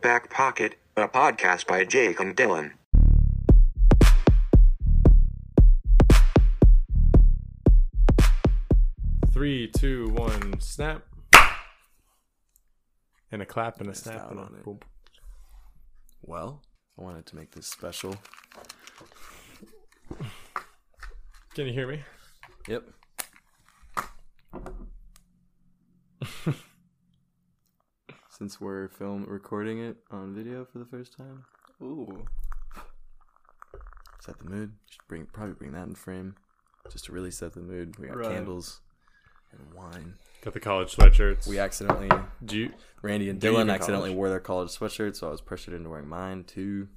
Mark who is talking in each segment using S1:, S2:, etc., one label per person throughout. S1: Pocket, a podcast by Jake and Dylan.
S2: Three, two, one, snap. And a clap and a
S3: Missed
S2: snap
S3: out
S2: and a
S3: on it.
S2: boom.
S3: Well, I wanted to make this special.
S2: Can you hear me?
S3: Yep. Since we're film recording it on video for the first time. Ooh. Set the mood. Should bring probably bring that in frame. Just to really set the mood. We got
S2: Right.
S3: candles and wine.
S2: Got the college sweatshirts.
S3: We accidentally
S2: Do you?
S3: Randy and
S2: Do you
S3: Dylan
S2: even
S3: accidentally
S2: college?
S3: wore their college sweatshirts, so I was pressured into wearing mine too.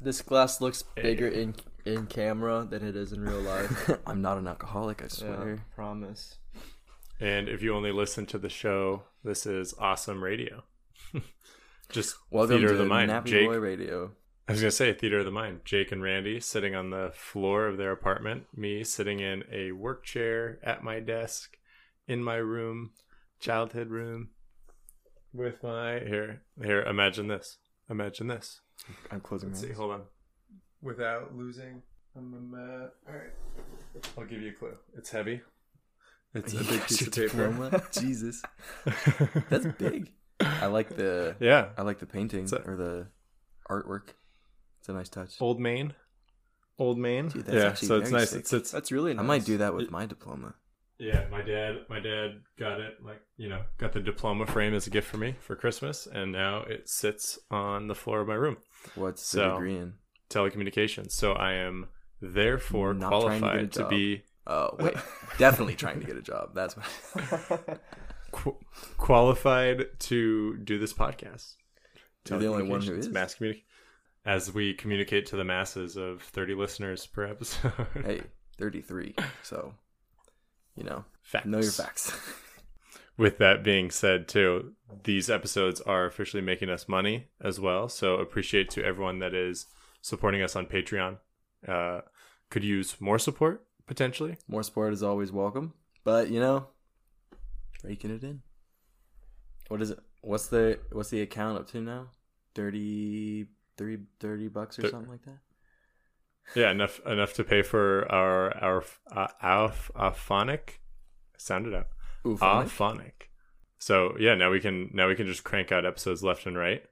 S4: This glass looks bigger in in camera than it is in real life.
S3: I'm not an alcoholic, I swear.
S4: promise.
S2: And if you only listen to the show, this is awesome radio. Just
S3: Welcome
S2: theater
S3: to
S2: of the mind.
S3: Nappy
S2: Jake,
S3: Boy Radio.
S2: I was gonna say theater of the mind. Jake and Randy sitting on the floor of their apartment. Me sitting in a work chair at my desk, in my room, childhood room, with my here here. Imagine this. Imagine this.
S3: I'm closing my
S2: Let's see.
S3: eyes.
S2: Hold on. Without losing, Um, uh, I'm a All right. I'll give you a clue. It's heavy. It's a big piece of paper.
S3: Diploma? Jesus, that's big. I like the
S2: yeah.
S3: I like the painting
S2: So-
S3: or the artwork. It's a nice touch.
S2: Old Maine. Old Maine.
S3: Dude, that's
S2: Oh, yeah.
S3: actually
S2: So it's
S3: very
S2: nice.
S3: sick.
S2: It sits
S4: That's really
S3: I
S4: nice.
S3: might do that with my diploma.
S2: Yeah, my dad, my dad got it like you know got the diploma frame as a gift for me for Christmas, and now it sits on the floor of my room.
S3: What's the
S2: So,
S3: degree in?
S2: Telecommunications. So I am therefore
S3: Not trying to get a
S2: qualified to,
S3: job.
S2: be
S3: Oh wait, definitely trying to get a job. That's what.
S2: qu- qualified to do this podcast.
S3: You're the only one who
S2: Telecommunications,
S3: is.
S2: mass communic as we communicate to the masses of thirty listeners per episode.
S3: Hey, 33. So, you know,
S2: facts.
S3: know your facts.
S2: with that being said too these episodes are officially making us money as well so appreciate to everyone that is supporting us on patreon uh, could use more support potentially
S3: More sport is always welcome, but you know, raking it in. What is it? What's the what's the account up to now? 30, 30, 30 bucks or
S2: Thir-
S3: something like that.
S2: yeah enough enough to pay for our our uh, our, our phonic sound it out
S3: Ooh,
S2: our
S3: funny.
S2: phonic so yeah now we can now we can just crank out episodes left and right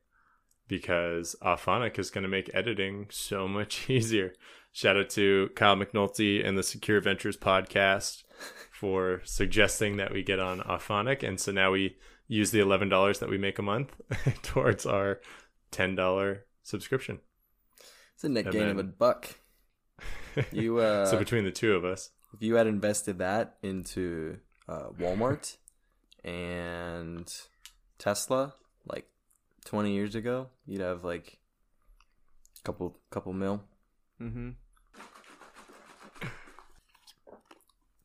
S2: because Aphonic is going to make editing so much easier. Shout out to Kyle McNulty and the Secure Ventures podcast for suggesting that we get on Aphonic. And so now we use the $11 that we make a month towards our $10 subscription.
S3: it's a net
S2: and
S3: gain of a
S2: then-
S3: buck. You uh,
S2: so between the two of us,
S3: if you had invested that into uh, Walmart and Tesla like twenty years ago, you'd have like a couple couple mil.
S4: Mm-hmm.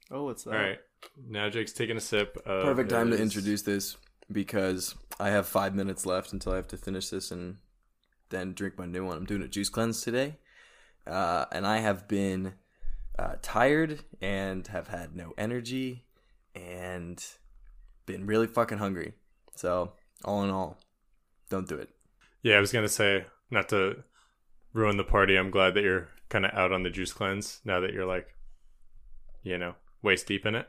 S4: Oh, what's that?
S2: all right. Now Jake's taking a sip. Of
S3: uh, Perfect time to
S2: his-
S3: introduce this because I have five minutes left until I have to finish this and then drink my new one. I'm doing a juice cleanse today, uh, and I have been uh, tired and have had no energy and been really fucking hungry. So all in all, don't do it.
S2: Yeah, I was gonna say not to ruin the party. I'm glad that you're kind of out on the juice cleanse now that you're like, you know, waist deep in it.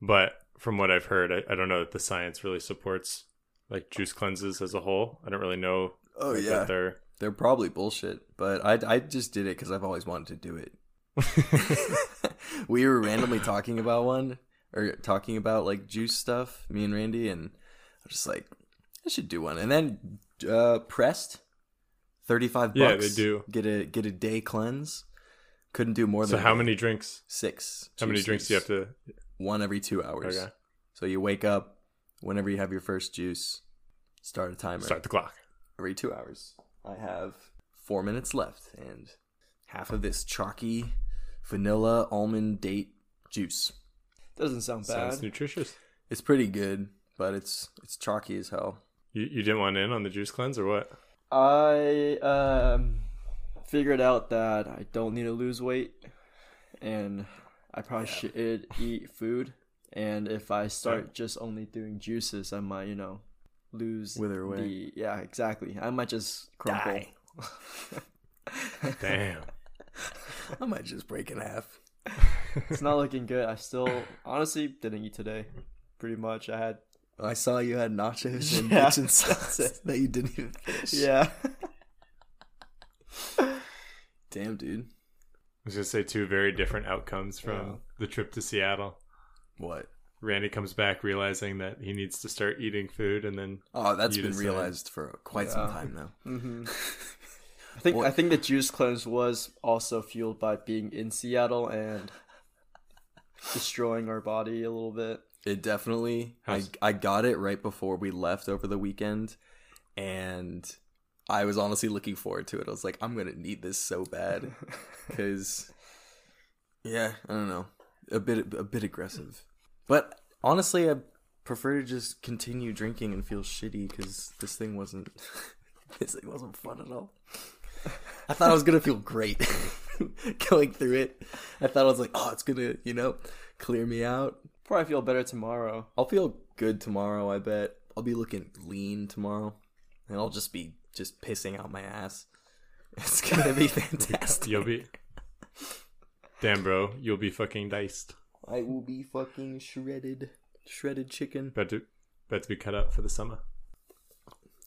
S2: But from what I've heard, I, I don't know that the science really supports like juice cleanses as a whole. I don't really know.
S3: Oh
S2: like, what they're
S3: they're probably bullshit, but I I just did it because I've always wanted to do it. we were randomly talking about one or talking about like juice stuff, me and Randy, and I was just like, I should do one. And then uh pressed, thirty five bucks.
S2: Yeah, they do.
S3: get a get a day cleanse. Couldn't do more
S2: so
S3: than
S2: how many drinks?
S3: six.
S2: How many drinks do you have to?
S3: One every two hours.
S2: Okay.
S3: So you wake up whenever you have your first juice, start a timer
S2: Start the clock.
S3: every two hours. I have four minutes left and half of this chalky vanilla almond date juice.
S4: Doesn't sound bad.
S2: Sounds nutritious.
S3: It's pretty good, but it's it's chalky as hell.
S2: You, you didn't want in on the juice cleanse or what?
S4: I um figured out that I don't need to lose weight, and I probably should eat food. And if I start just only doing juices, I might you know lose
S3: Wither away.
S4: the- yeah, exactly. I might just crumple.
S3: Die.
S2: Damn.
S3: I might just break in half.
S4: it's not looking good. I still honestly didn't eat today. Pretty much, I had
S3: I saw you had nachos and
S4: Yeah,
S3: kitchen
S4: that's
S3: sauce
S4: it.
S3: that you didn't even finish.
S4: yeah.
S3: Damn, dude.
S2: I was gonna say two very different outcomes from
S4: Yeah.
S2: the trip to Seattle.
S3: What?
S2: Randy comes back realizing that he needs to start eating food, and then
S3: Oh, that's
S2: You
S3: been
S2: decide.
S3: realized for quite some
S4: Yeah.
S3: time now.
S4: hmm I think
S3: Boy.
S4: I think the juice cleanse was also fueled by being in Seattle and destroying our body a little bit.
S3: It definitely. I,
S2: How's-
S3: I got it right before we left over the weekend, and I was honestly looking forward to it. I was like, I'm gonna need this so bad, because yeah, I don't know, a bit a bit aggressive, but honestly, I prefer to just continue drinking and feel shitty because this thing wasn't this thing wasn't fun at all. I thought I was gonna feel great going through it. I thought I was like, oh, it's gonna you know clear me out.
S4: Probably feel better tomorrow.
S3: I'll feel good tomorrow, I bet. I'll be looking lean tomorrow. And I'll just be just pissing out my ass. It's gonna be fantastic.
S2: you'll be. Damn, bro, you'll be fucking diced.
S3: I will be fucking shredded. Shredded chicken.
S2: About to, about to be cut out for the summer.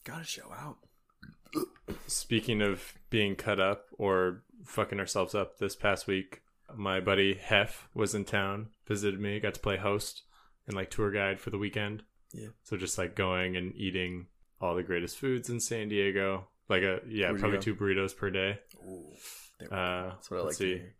S3: Gotta show out.
S2: Speaking of being cut up or fucking ourselves up, this past week, my buddy Hef was in town, visited me, got to play host and like tour guide for the weekend.
S3: Yeah.
S2: So just like going and eating all the greatest foods in San Diego. Like a yeah,
S3: Where'd you
S2: probably
S3: go?
S2: two burritos per day.
S3: Ooh. There we go.
S2: Uh,
S3: That's what I
S2: let's
S3: like to
S2: see.
S3: hear.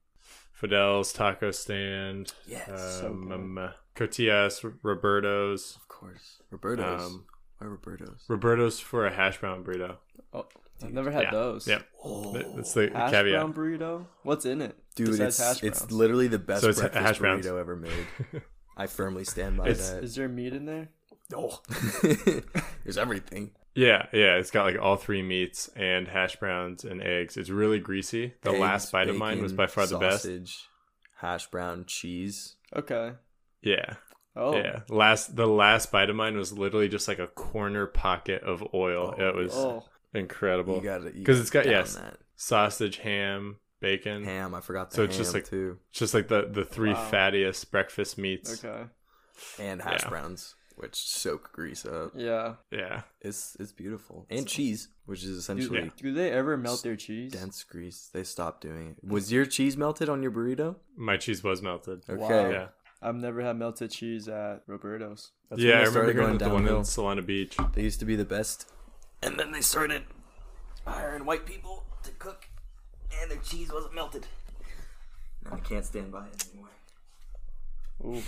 S2: Fidel's Taco Stand,
S3: Yes.
S4: so
S2: um,
S4: good.
S2: um, uh, Cotillas, R- Roberto's,
S3: of course. Roberto's.
S2: um,
S3: Why Roberto's?
S2: Roberto's for a hash brown burrito.
S4: Oh, I've never had
S2: Yeah.
S4: those.
S2: Yep,
S3: oh.
S2: That- that's the, the
S4: Hash
S2: caveat.
S4: brown burrito. What's in it?
S3: Dude,
S4: besides
S3: it's,
S4: hash
S3: it's
S4: browns?
S3: literally the best
S2: So it's
S3: breakfast
S2: hash browns.
S3: burrito ever made. I firmly stand by
S2: It's-
S3: that.
S4: Is there meat in there?
S3: oh. There's everything.
S2: Yeah, yeah, it's got like all three meats and hash browns and eggs. It's really greasy. The last
S3: Eggs,
S2: bite of mine was
S3: bacon,
S2: by far the best.
S3: sausage, Hash brown, cheese.
S4: Okay.
S2: Yeah,
S4: Oh.
S2: yeah. Last the last bite of mine was literally just like a corner pocket of oil.
S3: Oh,
S2: it was
S4: Oh.
S2: incredible.
S3: You got it.
S2: 'Cause it's got- yes. Sausage, ham, bacon.
S3: Ham. I forgot the
S2: So
S3: ham
S2: it's just like-
S3: too,
S2: Just like the the three
S4: Wow.
S2: fattiest breakfast meats.
S4: Okay.
S3: and hash
S2: yeah.
S3: browns, which soak grease up.
S4: Yeah.
S2: Yeah,
S3: It's it's beautiful, and cheese, which is
S4: Do,
S3: essentially
S4: do they ever melt their cheese?
S3: dense grease. They stopped doing it. Was your cheese melted on your burrito?
S2: my cheese was melted.
S3: Okay.
S4: Wow.
S2: Yeah,
S4: I've never had melted cheese at Roberto's. That's
S2: yeah. I
S3: they
S2: remember
S3: started
S2: going
S3: going
S2: to the one in
S3: downhill.
S2: Solana Beach.
S3: They used to be the best, and then they started hiring white people to cook, and their cheese wasn't melted. And I can't stand by it anymore.
S4: Ooh.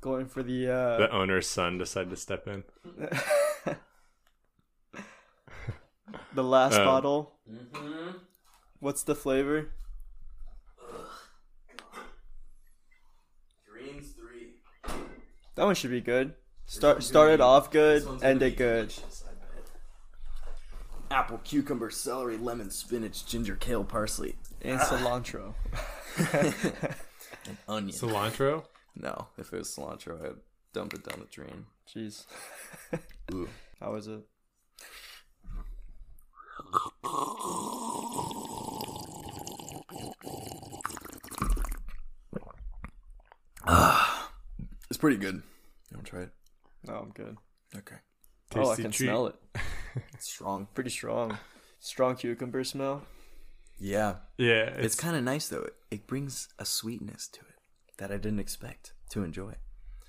S4: Going for the uh
S2: The owner's son decided to step in.
S4: the last
S2: Um,
S4: bottle. What's the flavor?
S3: Greens three.
S4: That one should be good. Start started off good, ended good.
S3: Apple, cucumber, celery, lemon, spinach, ginger, kale, parsley,
S4: And cilantro.
S3: onion.
S2: Cilantro.
S3: no, if it was cilantro, I'd dump it down the drain.
S4: Jeez. How was it?
S3: It's pretty good. You want to try it?
S4: No, I'm good.
S3: Okay.
S4: oh, I
S2: Tasty
S4: can
S2: treat.
S4: smell it.
S3: It's strong.
S4: Pretty strong. Strong cucumber smell.
S3: Yeah.
S2: Yeah,
S3: It's, kind of nice, though. It, it brings a sweetness to it that I didn't expect to enjoy.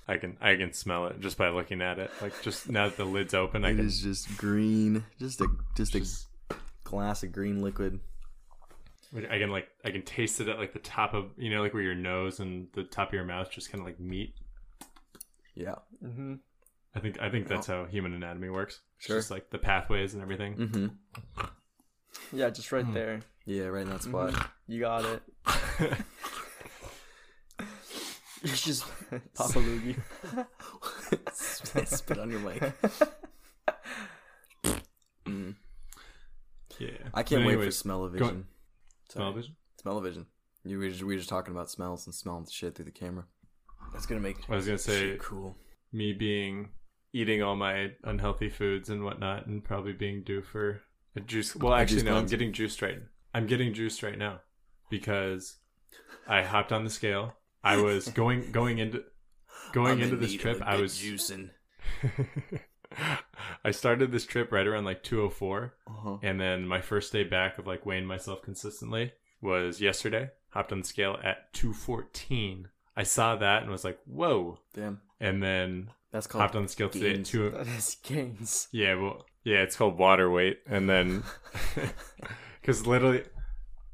S2: I can I can smell it just by looking at it. Like just now that the lid's open, I
S3: It
S2: can.
S3: is just green. Just a just a glass of green liquid.
S2: I can like I can taste it at like the top of you know like where your nose and the top of your mouth just kind of like meet.
S3: Yeah.
S4: Mm-hmm.
S2: I think I think that's how human anatomy works. It's
S3: Sure.
S2: Just like the pathways and everything.
S3: Mm-hmm.
S4: Yeah, just
S2: Hmm.
S4: right there.
S3: Yeah, right in that spot.
S4: You got it. It's just Papa Loogie.
S3: Spit on your mic.
S2: Yeah.
S3: I can't
S2: But
S3: wait for
S2: anyways,
S3: smell of
S2: go-
S3: vision.
S2: television.
S3: Smell of vision. You we were just, we were just talking about smells and smelling shit through the camera. That's gonna make
S2: I was gonna say
S3: shit cool.
S2: me being eating all my unhealthy foods and whatnot, and probably being due for a juice. Well, actually,
S3: juice
S2: no, I'm
S3: cleanse?
S2: getting juiced right. I'm getting juiced right now because I hopped on the scale. I was going going into going
S3: I'm in
S2: into this
S3: need of
S2: trip.
S3: a
S2: I
S3: good
S2: was
S3: juicing.
S2: I started this trip right around like 204
S3: Uh-huh.
S2: and then my first day back of like weighing myself consistently was yesterday. Hopped on the scale at 214. I saw that and was like, "Whoa."
S3: Damn,
S2: And then
S3: that's
S2: hopped
S3: called
S2: on the scale today at
S3: gains.
S2: 2
S4: That is gains.
S2: Yeah, well, yeah, it's called water weight, and then because literally,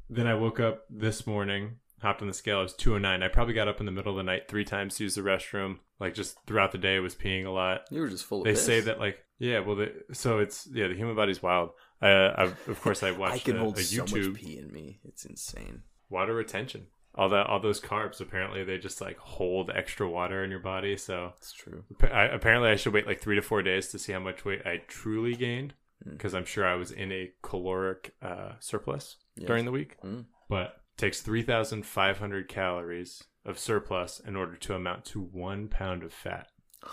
S2: then I woke up this morning, hopped on the scale, it was two oh nine. I probably got up in the middle of the night three times to use the restroom. Like just throughout the day, I was peeing a lot.
S3: You were just full of.
S2: They say
S3: piss.
S2: that like yeah, well, they, so it's yeah, the human body's wild. Uh, I've, of course, I watched
S3: I can
S2: a,
S3: hold
S2: a
S3: so much
S2: YouTube
S3: pee in me. It's insane.
S2: water retention. All that, all those carbs. Apparently, they just like hold extra water in your body. So
S3: It's true.
S2: I, apparently, I should wait like three to four days to see how much weight I truly gained
S3: Hmm.
S2: because I'm sure I was in a caloric uh, surplus
S3: Yes.
S2: during the week.
S3: Mm.
S2: But it takes 3,500 calories of surplus in order to amount to one pound of fat,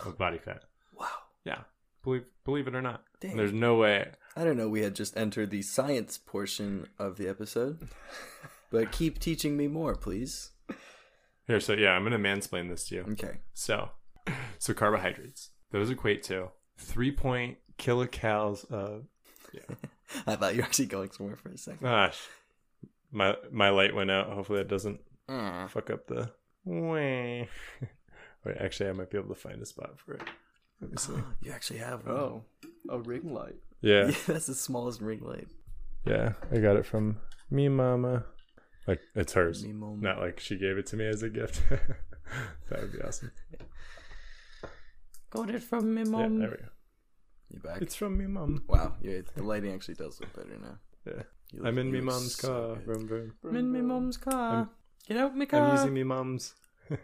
S2: of body fat.
S3: Wow.
S2: Yeah, believe believe it or not.
S3: Dang.
S2: There's no way.
S3: I don't know. We had just entered the science portion of the episode, but keep teaching me more, please.
S2: Here, so yeah, I'm gonna mansplain this to you.
S3: Okay.
S2: So, so carbohydrates. Those equate to three point uh, kilocals of
S3: I thought you were actually going somewhere for a second.
S2: Gosh, my my light went out. Hopefully, that doesn't
S3: Mm.
S2: fuck up the. Wait, actually, I might be able to find a spot for it. Let me see.
S3: You actually have one.
S4: Oh, a ring light.
S2: Yeah,
S3: Yeah, that's the smallest ring light.
S2: yeah, I got it from me, mama. Like it's hers,
S3: Me moment.
S2: not like she gave it to me as a gift. that would be awesome.
S3: Got it from me,
S2: Yeah,
S3: mom.
S2: there we go.
S3: you back?
S2: It's from me, mom.
S3: Wow. Yeah, the lighting actually does look better now.
S2: Yeah,
S3: You
S2: I'm
S3: look-
S2: in
S3: you
S2: me
S3: look
S2: mom's
S3: so
S2: car.
S3: good.
S2: Vroom, vroom.
S3: I'm in me mom's car.
S2: I'm-
S3: Get out me
S2: I'm using me mom's.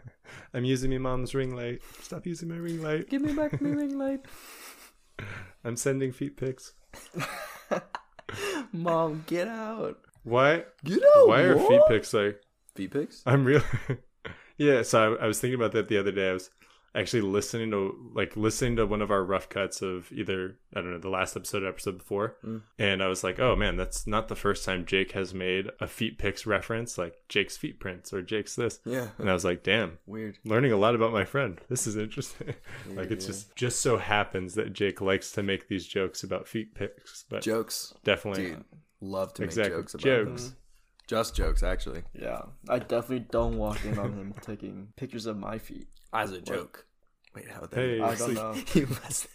S2: I'm using me mom's ring light. Stop using my ring light.
S3: Give me back me ring light.
S2: I'm sending feet pics.
S3: Mom, get out.
S2: Why?
S3: Get out.
S2: Why are feet pics like?
S3: Feet pics?
S2: I'm real. yeah, so I, I was thinking about that the other day. I was actually listening to like listening to one of our rough cuts of either I don't know the last episode or episode before,
S3: Mm.
S2: and I was like, oh man, that's not the first time Jake has made a feet pics reference, like Jake's feet prints or Jake's this.
S3: Yeah.
S2: And I was like, damn,
S3: Weird.
S2: learning a lot about my friend. This is interesting. like it's
S3: Yeah.
S2: just just so happens that Jake likes to make these jokes about feet pics, but
S3: Jokes.
S2: definitely
S3: Dude, love to make
S2: exactly
S3: jokes about them.
S2: jokes.
S3: Just jokes, actually.
S4: Yeah, I definitely don't walk in on him taking pictures of my feet.
S3: As a joke. Wait, how would that
S2: Hey,
S4: I don't
S2: sleep-
S4: know.
S3: you must.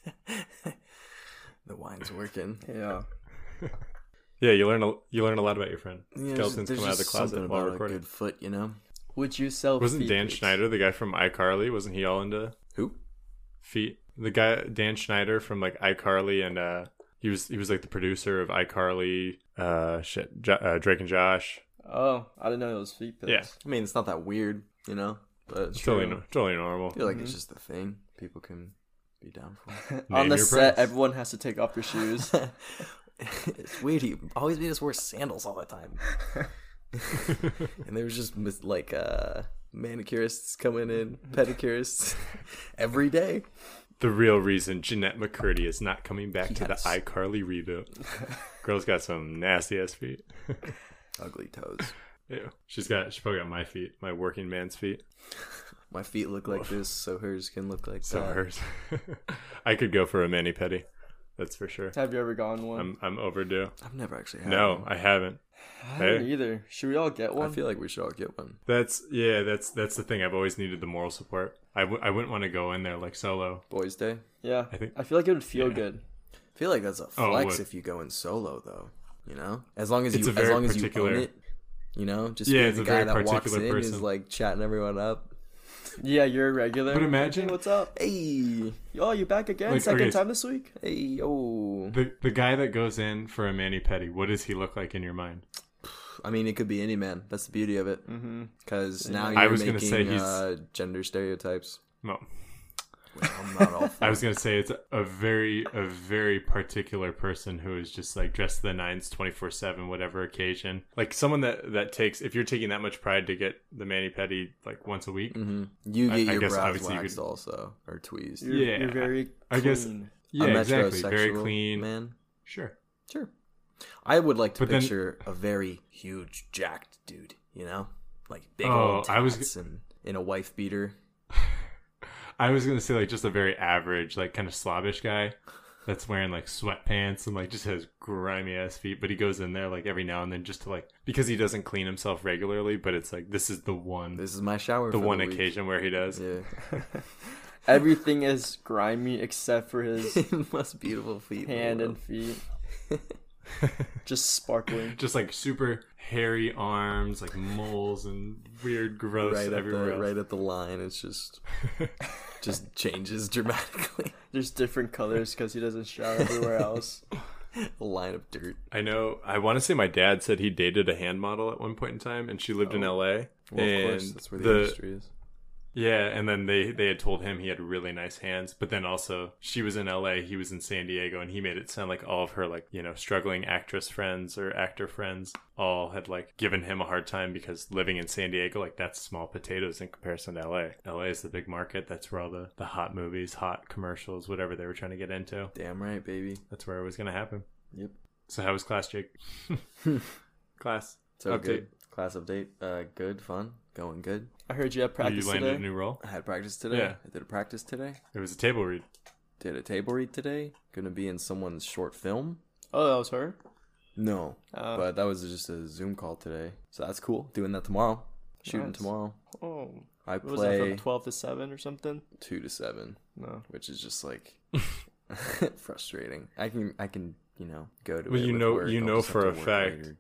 S3: the wine's working.
S4: Yeah,
S2: Yeah, you learn a you learn a lot about your friend.
S3: Yeah,
S2: Skeletons
S3: there's
S2: come out of the
S3: just
S2: closet
S3: something
S2: while
S3: about
S2: recording.
S3: A good foot, you know.
S4: would you sell?
S2: Wasn't
S4: feet
S2: Dan
S4: pics?
S2: Schneider the guy from iCarly? Wasn't he all into
S3: Who?
S2: feet? The guy Dan Schneider from like iCarly and uh he was he was like the producer of iCarly, uh shit, jo- uh, Drake and Josh.
S4: Oh, I didn't know it was feet pics.
S2: Yeah.
S3: I mean, it's not that weird, you know. But
S2: It's totally no- totally normal.
S3: I feel like it's
S4: Mhm.
S3: just a thing people can be down for.
S2: Name
S4: On the
S2: your
S4: set,
S2: price.
S4: everyone has to take off their shoes.
S3: it's weird. He always made us wear sandals all the time, and there was just mis- like uh, manicurists coming in, pedicurists every day.
S2: The real reason Jeanette McCurdy is not coming back
S3: He
S2: to the
S3: has-
S2: iCarly reboot. Girl's got some nasty ass feet.
S3: Ugly toes.
S2: Ew. She's got she probably got my feet, my working man's feet.
S3: My feet look like this, so hers can look like
S2: So
S3: that.
S2: hers. I could go for a mani pedi. That's for sure.
S4: Have you ever gone one?
S2: I'm I'm overdue.
S3: I've never actually had.
S2: No,
S3: one.
S2: I haven't.
S4: I haven't
S2: Hey.
S4: either. Should we all get
S3: I
S4: one?
S3: feel like we should all get one.
S2: That's yeah. That's that's the thing. I've always needed the moral support. I, w- I wouldn't want to go in there like solo.
S3: Boys' Day.
S4: yeah,
S2: I think-
S4: I feel like it would feel good.
S3: I feel like that's a
S2: Oh,
S3: flex
S2: what?
S3: if you go in solo, though. You know, as long as
S2: It's
S3: you
S2: a
S3: as
S2: very
S3: long as you
S2: particular-
S3: own it. You know, just
S2: Yeah,
S3: being
S2: it's
S3: the
S2: a very
S3: guy that walks in
S2: particular
S3: is
S2: person.
S3: like chatting everyone up.
S4: Yeah, you're a regular.
S2: But imagine-
S4: Hey, what's up?
S3: Hey,
S4: Oh, you back again?
S2: Like,
S4: Second
S2: okay.
S4: time this week?
S3: hey, yo.
S2: The the guy that goes in for a mani pedi. What does he look like in your mind?
S3: I mean, it could be any man. That's the beauty of it. Because now
S2: I
S3: you're
S2: was gonna
S3: making
S2: say he's-
S3: uh, gender stereotypes.
S2: Well,
S3: I'm not all for
S2: I was gonna say it's a very a very particular person who is just like dressed to the nines twenty four seven whatever occasion. Like someone that that takes if you're taking that much pride to get the mani pedi like once a week.
S3: hmm You
S2: I-
S3: get
S2: I
S3: your
S2: guess
S3: brows
S2: obviously you
S3: waxed
S2: could-
S3: also, or tweezed.
S4: You're,
S2: Yeah,
S4: you're very clean.
S2: I guess- Yeah,
S3: a
S2: exactly. Very
S3: metrosexual
S2: clean.
S3: man.
S2: Sure.
S3: Sure. I would like to
S2: But then-
S3: picture a very huge, jacked dude. You know, like big
S2: Oh,
S3: old tats
S2: I was-
S3: and in a wife beater.
S2: I was gonna say like just a very average, like kind of slobbish guy that's wearing like sweatpants and like just has grimy ass feet, but he goes in there like every now and then just to like because he doesn't clean himself regularly, but it's like this is the one
S3: This is my shower.
S2: the
S3: for
S2: one
S3: the week.
S2: occasion where he does.
S3: Yeah,
S4: Everything is grimy except for his
S3: most beautiful feet. in the
S4: hand and
S3: world.
S4: feet. Just sparkling.
S2: Just like super hairy arms, like moles and weird gross
S3: right at
S2: everywhere
S3: the
S2: else.
S3: right at the line. It's just just changes dramatically.
S4: There's different colors because he doesn't shower everywhere else.
S3: the line of dirt.
S2: I know. I want to say my dad said he dated a hand model at one point in time, and she lived in L.A.
S3: Oh. Well, of
S2: and
S3: course, that's where the, industry is.
S2: Yeah, and then they they had told him he had really nice hands, but then also she was in L.A., he was in San Diego, and he made it sound like all of her like you know struggling actress friends or actor friends all had like given him a hard time because living in San Diego like that's small potatoes in comparison to L.A. L.A. is the big market. That's where all the the hot movies, hot commercials, whatever they were trying to get into.
S3: Damn right, baby.
S2: That's where it was gonna happen.
S3: Yep.
S2: So how was class, Jake? class
S3: So
S2: update.
S3: good. Class update. Uh, good, fun, going good.
S4: I heard you had practice
S2: you landed
S4: today.
S2: a new role.
S3: I had practice today.
S2: Yeah.
S3: I did a practice today.
S2: It was a table read.
S3: Did a table read today. Gonna be in someone's short film.
S4: oh, that was her.
S3: No,
S2: Oh.
S4: Uh,
S3: but that was just a Zoom call today. So that's cool. Doing that tomorrow. Shooting
S4: Nice.
S3: tomorrow.
S4: oh,
S3: I
S4: what was that
S3: play
S4: from twelve to seven or something?
S3: two to seven,
S4: No.
S3: which is just like frustrating. I can I can you know go to
S2: Well,
S3: it
S2: you
S3: with
S2: know-
S3: work.
S2: you
S3: I'll
S2: know
S3: just have
S2: for
S3: to
S2: a
S3: work
S2: fact
S3: later.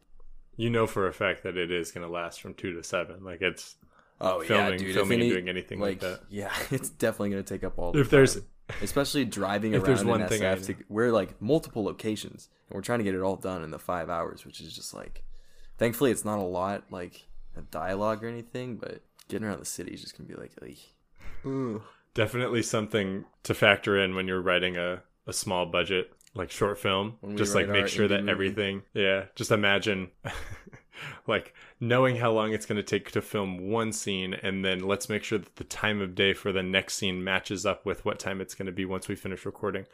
S2: you know for a fact that it is going to last from two to seven. Like it's
S3: Oh yeah,
S2: filming-
S3: dude.
S2: filming and
S3: if any,
S2: doing anything like that.
S3: Yeah, it's definitely gonna take up all. The
S2: if there's
S3: time. especially driving
S2: If
S3: around
S2: there's
S3: in
S2: one thing I
S3: SF to, we're like multiple locations and we're trying to get it all done in the five hours which is just like thankfully it's not a lot like a dialogue or anything but getting around the city is just gonna be like Ugh.
S2: definitely something to factor in when you're writing a a small budget like short film.
S3: When we
S2: Just like
S3: write our
S2: make sure
S3: indie
S2: that
S3: movie.
S2: everything. Yeah, just imagine. Like knowing how long it's going to take to film one scene, and then let's make sure that the time of day for the next scene matches up with what time it's going to be once we finish recording.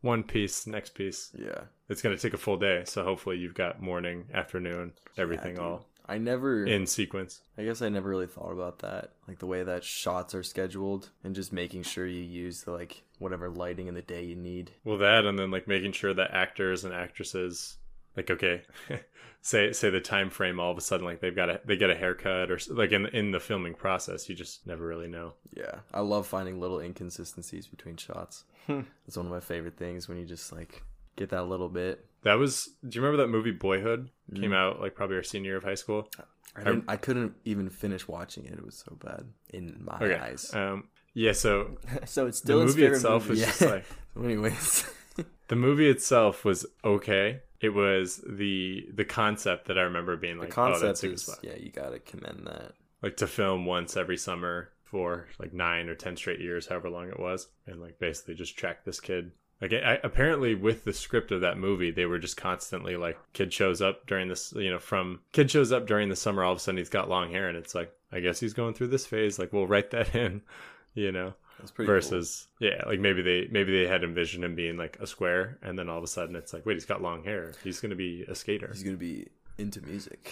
S2: One piece, next piece.
S3: yeah
S2: It's going to take a full day, so hopefully you've got morning, afternoon, everything
S3: dude.
S2: all
S3: i never
S2: in sequence.
S3: i guess i never really thought about that like the way that shots are scheduled and just making sure you use the like whatever lighting in the day you need
S2: Well, that and then like making sure that actors and actresses, like okay, say say the time frame. All of a sudden, like they've got a they get a haircut or s- like in in the filming process, you just never really know.
S3: Yeah, I love finding little inconsistencies between shots.
S2: Hmm.
S3: It's one of my favorite things when you just like get that little bit.
S2: That was. Do you remember that movie Boyhood?
S3: Mm.
S2: Came out like probably our senior year of high school.
S3: I, didn't, I couldn't even finish watching it. It was so bad in my
S2: Okay.
S3: eyes.
S2: Um. Yeah. So
S4: So it's still
S2: the
S4: his
S2: movie
S4: favorite
S2: itself
S4: movie.
S2: is just like
S3: So anyways,
S2: the movie itself was okay. It was the the concept that I remember being like, oh, that's
S3: concept
S2: sick as
S3: is
S2: fuck.
S3: yeah, you gotta commend that.
S2: like to film once every summer for like nine or ten straight years, however long it was, and like basically just track this kid. Like I, apparently, with the script of that movie, they were just constantly like, kid shows up during this, you know, from kid shows up during the summer. All of a sudden, he's got long hair, and it's like, I guess he's going through this phase. Like we'll write that in, you know.
S3: That's pretty. cool.
S2: Versus, yeah, like maybe they maybe they had envisioned him being like a square, and then all of a sudden it's like, wait, he's got long hair. He's gonna be a skater.
S3: he's gonna be into music.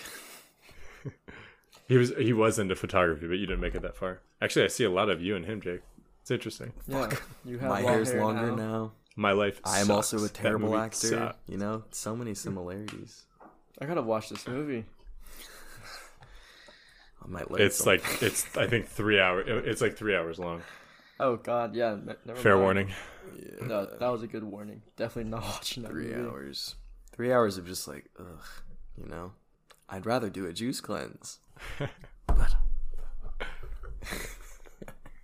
S2: He was he was into photography, but you didn't make it that far. Actually, I see a lot of you and him, Jake. It's interesting.
S4: yeah, you have
S3: my
S4: long
S3: hair's
S4: hair
S3: longer
S4: now.
S3: now.
S2: My life.
S3: I am also a
S2: sucks. That
S3: terrible
S2: movie
S3: actor.
S2: sucked.
S3: You know, so many similarities.
S4: I gotta watch this movie.
S3: I might learn.
S2: It's
S3: something.
S2: like it's I think three hour. It's like three hours long.
S4: Oh God, yeah. ne- Never
S2: Fair
S4: mind.
S2: warning.
S3: Yeah,
S4: No, that was a good warning. Definitely not watching that
S3: three
S4: movie.
S3: hours. Three hours of just like ugh, you know. I'd rather do a juice cleanse.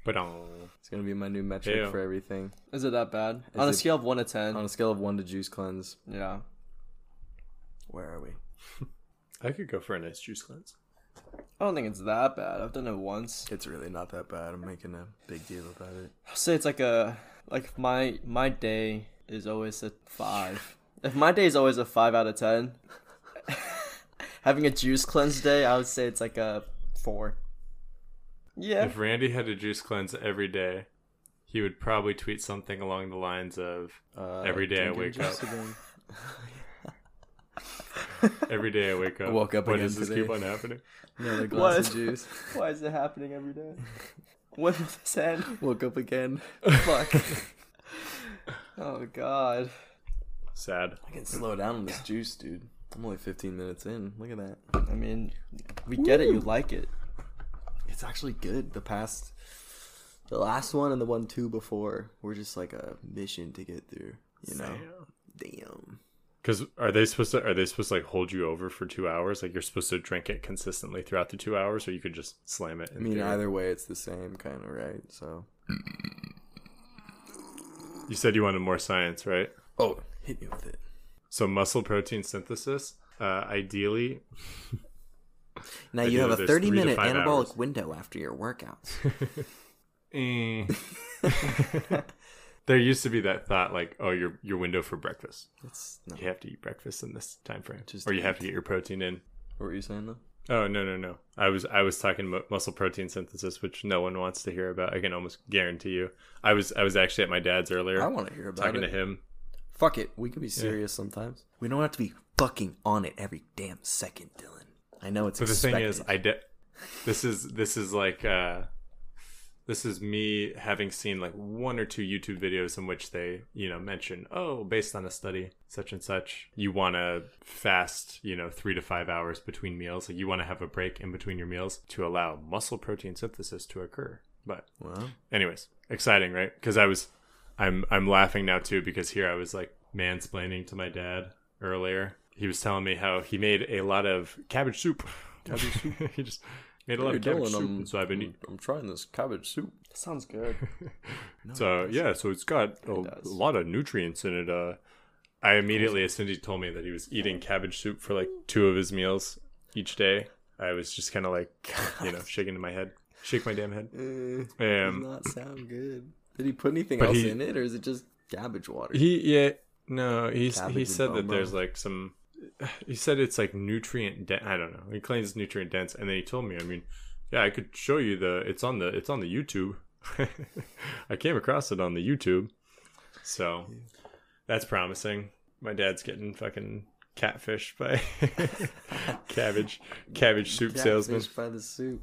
S2: But um,
S3: It's gonna be my new metric
S2: Ew.
S3: for everything.
S4: Is it that bad? On a
S3: it-
S4: scale of one to ten,
S3: On a scale of one to juice cleanse,
S4: yeah.
S3: where are we?
S2: I could go for a nice juice cleanse.
S4: I don't think it's that bad. I've done it once.
S3: It's really not that bad. I'm making a big deal about it.
S4: I'll say it's like a like my my day is always a five. If my day is always a five out of ten, having a juice cleanse day, I would say it's like a four. Yeah,
S2: If Randy had a juice cleanse every day, he would probably tweet something along the lines of
S3: Uh,
S2: Every day I
S3: drinking
S2: wake up.
S3: juice again.
S2: "Every day I wake up,
S3: woke up
S2: why
S3: again
S2: does this
S3: today."
S2: keep on happening?"
S3: Another glass
S4: What?
S3: of juice.
S4: why is it happening every day? When will this end?
S3: Woke up again.
S4: Fuck. oh God.
S2: Sad.
S3: I can slow down on this juice, dude. I'm only 15 minutes in. Look at that.
S4: I mean, we get it. You like it.
S3: It's actually good. The past, the last one and the one two before were just like a mission to get through. You know. Damn.
S2: Because are they supposed to? Are they supposed to like hold you over for two hours? Like you're supposed to drink it consistently throughout the two hours, or you could just slam it.
S3: I
S2: in
S3: mean,
S2: theory?
S3: either way, it's the same kind of right. So.
S2: You said you wanted more science, right?
S3: Oh, hit me with it.
S2: So muscle protein synthesis. Uh, ideally,
S3: Now
S2: I do
S3: you have
S2: know
S3: a
S2: there's
S3: 30
S2: three to
S3: minute
S2: five
S3: anabolic
S2: hours.
S3: window after your workouts.
S2: eh. there used to be that thought, like, oh, your your window for breakfast.
S3: That's not
S2: You have to eat breakfast in this time frame,
S3: Just
S2: or you have
S3: eat.
S2: to get your protein in.
S3: what were you saying though.
S2: Oh no no no! I was I was talking mu- muscle protein synthesis, which no one wants to hear about. I can almost guarantee you. I was I was actually at my dad's earlier.
S3: I want to hear about
S2: talking
S3: it.
S2: to him.
S3: Fuck it. We can be serious sometimes. We don't have to be fucking on it every damn second, Dylan. I know it's.
S2: But the thing is,
S3: expected.
S2: I de- this is this is like uh, this is me having seen like one or two YouTube videos in which they you know mention oh based on a study such and such you want to fast you know three to five hours between meals like you want to have a break in between your meals to allow muscle protein synthesis to occur. But
S3: Well,
S2: anyways, exciting right? Because I was I'm I'm laughing now too because here I was like mansplaining to my dad earlier. He was telling me how he made a lot of cabbage soup. Cabbage soup. he just made a lot of cabbage soup, and so I've been eating.
S3: I'm trying this cabbage soup.
S4: Sounds good.
S2: So yeah, so it's got a,
S4: does.
S2: a lot of nutrients in it. Uh, I immediately, as soon as he told me that he was eating cabbage soup for like two of his meals each day, I was just kind of like, you know, shaking my head, shake my damn head.
S3: does
S2: Um,
S3: not sound good. Did he put anything
S2: but
S3: else
S2: he-
S3: in it, or is it just cabbage water?
S2: He yeah no he's
S3: Cabbage
S2: he
S3: and
S2: said that
S3: bobo.
S2: there's like some he said it's like nutrient dense I don't know he claims it's nutrient dense and then he told me I mean yeah I could show you the it's on the it's on the YouTube I came across it on the YouTube so that's promising my dad's getting fucking catfish by cabbage cabbage soup
S3: Catfish
S2: salesman
S3: by the soup.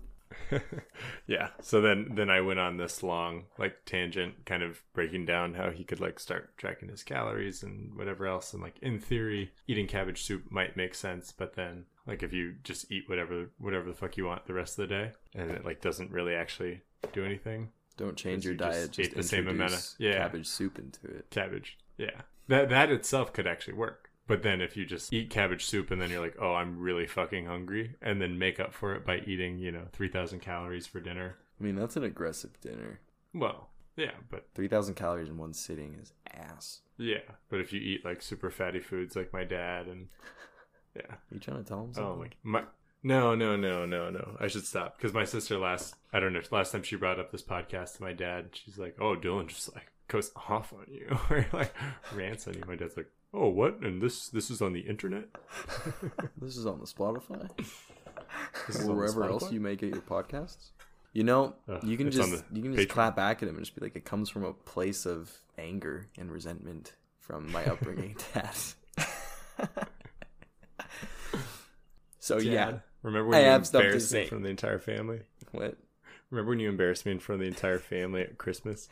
S2: yeah so then then i went on this long like tangent kind of breaking down how he could like start tracking his calories and whatever else and like in theory eating cabbage soup might make sense but then like if you just eat whatever whatever the fuck you want the rest of the day and it like doesn't really actually do anything
S3: Don't change your
S2: you just
S3: diet. Just
S2: ate the same amount of-
S3: introduce
S2: yeah.
S3: cabbage soup into it.
S2: cabbage yeah that that itself could actually work but then if you just eat cabbage soup and then you're like oh i'm really fucking hungry and then make up for it by eating you know 3000 calories for dinner
S3: I mean, that's an aggressive dinner.
S2: well yeah but
S3: Three thousand calories in one sitting is ass.
S2: Yeah, but if you eat like super fatty foods like my dad and yeah,
S3: Are you trying to tell him
S2: oh
S3: something?
S2: my, my no no no no no I should stop because my sister last I don't know last time she brought up this podcast to my dad she's like oh Dylan just like goes off on you or like rants on you my dad's like oh what and this this is on the internet
S3: This is on the Spotify.
S2: This is on the
S3: wherever else
S2: Spotify?"
S3: you may get your podcasts. You know,
S2: Uh,
S3: you can
S2: it's on
S3: just
S2: the
S3: you can just
S2: Patreon.
S3: clap back at him and just be like, "It comes from a place of anger and resentment from my upbringing, Dad." so yeah,
S2: Dad, remember when
S3: I
S2: you
S3: have stuff to
S2: embarrassed me
S3: say.
S2: from the entire family
S3: what?
S2: remember when you embarrassed me in front of the entire family at Christmas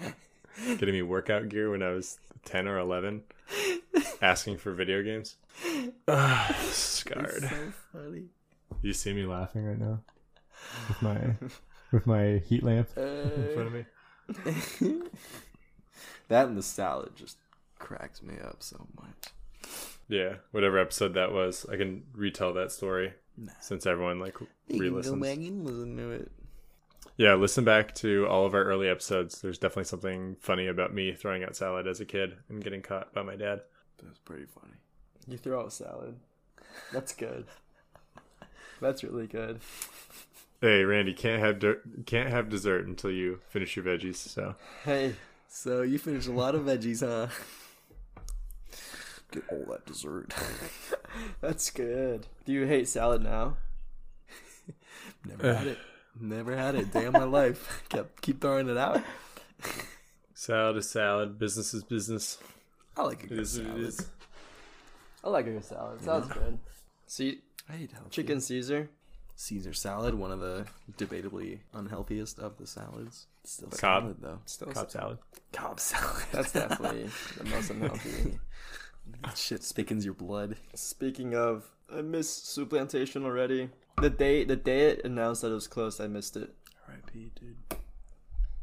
S2: getting me workout gear when I was ten or eleven asking for video games. Ah, scarred.
S3: So funny.
S2: You see me laughing right now with my with my heat lamp in front of me.
S3: That and the salad just cracks me up so much.
S2: Yeah, whatever episode that was, I can retell that story since everyone like
S3: You can go
S2: re-listens.
S3: back and listen to it.
S2: Yeah, listen back to all of our early episodes. There's definitely something funny about me throwing out salad as a kid and getting caught by my dad.
S3: That's pretty funny.
S4: You throw out salad. That's good. That's really good.
S2: Hey, Randy, can't have der- can't have dessert until you finish your veggies. So
S4: Hey,
S3: So you finished a lot of veggies, huh? Get all that dessert.
S4: that's good. Do you hate salad now?
S3: Never had it. Never had it. Day of my life. Kept keep throwing it out.
S2: salad is salad. Business is business.
S3: I like a
S2: It
S3: good
S2: is what
S3: salad.
S2: it is.
S4: I like a good salad. Sounds good. So, you,
S3: I eat healthy.
S4: chicken Caesar.
S3: Caesar salad, one of the debatably unhealthiest of the salads. It's Still
S2: Cobb.
S3: salad though. Still
S2: Cobb salad.
S3: Cobb salad.
S4: That's definitely the most unhealthy.
S3: shit thickens your blood.
S4: Speaking of, I missed Soup Plantation already. The day the day it announced that it was closed, I missed it.
S3: R.I.P. Dude.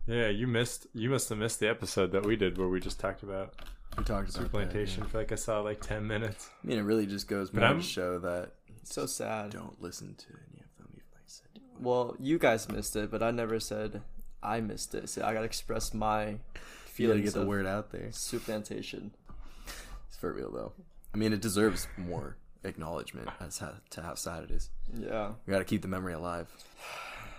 S2: Yeah, you missed. You must have missed the episode that we did where we just talked about
S3: We talked about
S2: plantation for like I saw like ten minutes.
S3: That, yeah. I mean, it really just goes more
S2: I'm-
S3: to show that
S4: It's so sad.
S3: don't listen to any of them. You've like said.
S4: Well, you guys missed it, but I never said I missed it. So I gotta express
S3: You
S4: my
S3: gotta
S4: feelings
S3: get the
S4: of
S3: word out there.
S4: Soup Plantation.
S3: It's for real though. I mean, it deserves more acknowledgement as how, to how sad it is.
S4: Yeah,
S3: We gotta keep the memory alive.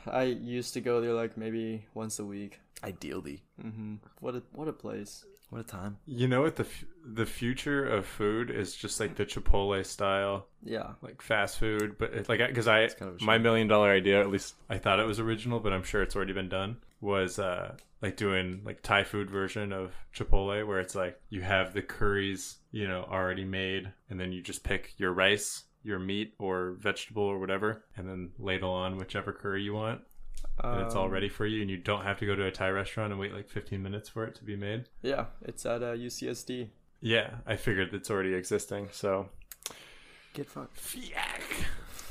S4: I used to go there like maybe once a week.
S3: Ideally,
S4: hmm What a what a place.
S3: what a time.
S2: You know what the f- the future of food is just like the Chipotle style,
S4: Yeah,
S2: like fast food, but it, like because I
S3: kind of a
S2: my million dollar idea, at least I thought it was original, but I'm sure it's already been done. Was uh like doing like Thai food version of Chipotle, where it's like you have the curries, you know, already made, and then you just pick your rice, your meat or vegetable or whatever, and then ladle on whichever curry you want. and it's all
S4: Um,
S2: ready for you, and you don't have to go to a Thai restaurant and wait like 15 minutes for it to be made.
S4: yeah. It's at uh, UCSD.
S2: Yeah, I figured it's already existing, so.
S3: Get fucked.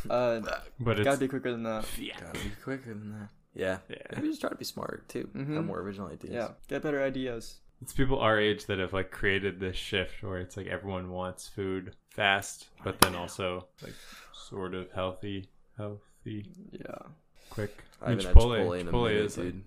S4: Uh,
S2: But it's
S4: gotta be quicker than that.
S3: Gotta be quicker than that. Yeah.
S2: yeah. Mm-hmm.
S3: Maybe just try to be smart too. Have more original ideas.
S4: Yeah, get better ideas.
S2: it's people our age that have like created this shift where it's like everyone wants food fast, but then also like sort of healthy, healthy,
S4: Yeah.
S2: quick.
S3: I haven't had
S2: Chipotle-
S3: Chipotle in a
S2: Chipotle
S3: minute,
S2: is, like-
S3: dude.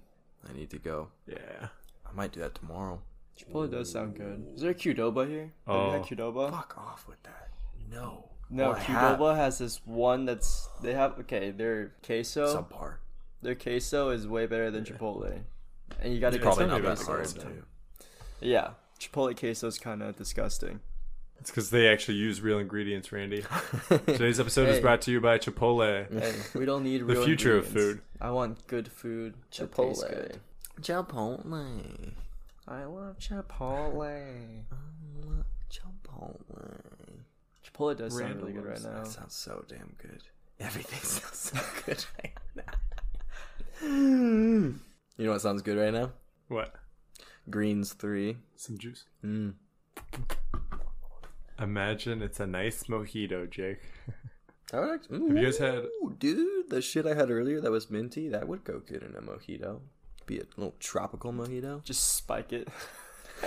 S3: I need to go.
S2: yeah.
S3: I might do that tomorrow.
S4: Chipotle does sound good. Is there a Qdoba here?
S2: Oh.
S4: Have you had Qdoba?
S3: Fuck off with that. No.
S4: No,
S3: Well, I have.
S4: Qdoba has this one that's they have okay, their queso.
S3: subpar.
S4: Their queso is way better than Chipotle. And you gotta
S2: It's
S4: get
S3: Probably
S4: some
S3: not
S2: only
S3: that
S2: been
S3: hard
S2: sold.
S3: too.
S4: Yeah. Chipotle queso is kinda disgusting.
S2: It's because they actually use real ingredients, Randy. Today's episode is
S4: Hey.
S2: brought to you by Chipotle.
S4: Hey, we don't need
S2: The
S4: real
S2: future of
S4: ingredients.
S2: food.
S4: I want good food. that tastes good.
S3: Chipotle.
S4: I love Chipotle.
S3: Chipotle.
S4: Chipotle does sound
S2: Randall
S4: really good right now.
S3: That sounds so damn good. Everything sounds so good right now. you know what sounds good right now?
S2: What?
S3: Greens three.
S2: Some juice.
S3: Mm.
S2: Imagine it's a nice mojito, Jake.
S3: I would actually.
S2: Have you guys had
S3: Ooh, dude, the shit I had earlier that was minty, that would go good in a mojito. Be a little tropical mojito.
S4: Just spike it.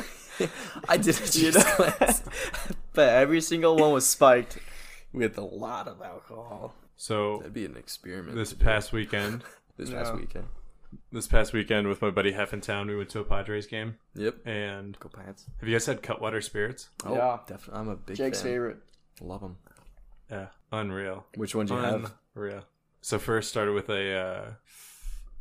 S3: I did a juice cleanse
S4: But every single one was spiked.
S3: with a lot of alcohol.
S2: so
S3: That'd be an experiment.
S2: this
S3: to do.
S2: past weekend?
S3: this past
S4: Yeah.
S3: weekend.
S2: This past weekend with my buddy Heffentown, we went to a Padres game.
S3: Yep.
S2: And
S3: Go Pats.
S2: have you guys had Cutwater Spirits?
S3: Oh, yeah.
S4: Yeah.
S3: definitely. I'm a big
S4: Jake's
S3: fan.
S4: favorite.
S3: Love them.
S2: Yeah, unreal,
S3: Which ones you have?
S2: unreal. So first started with a uh,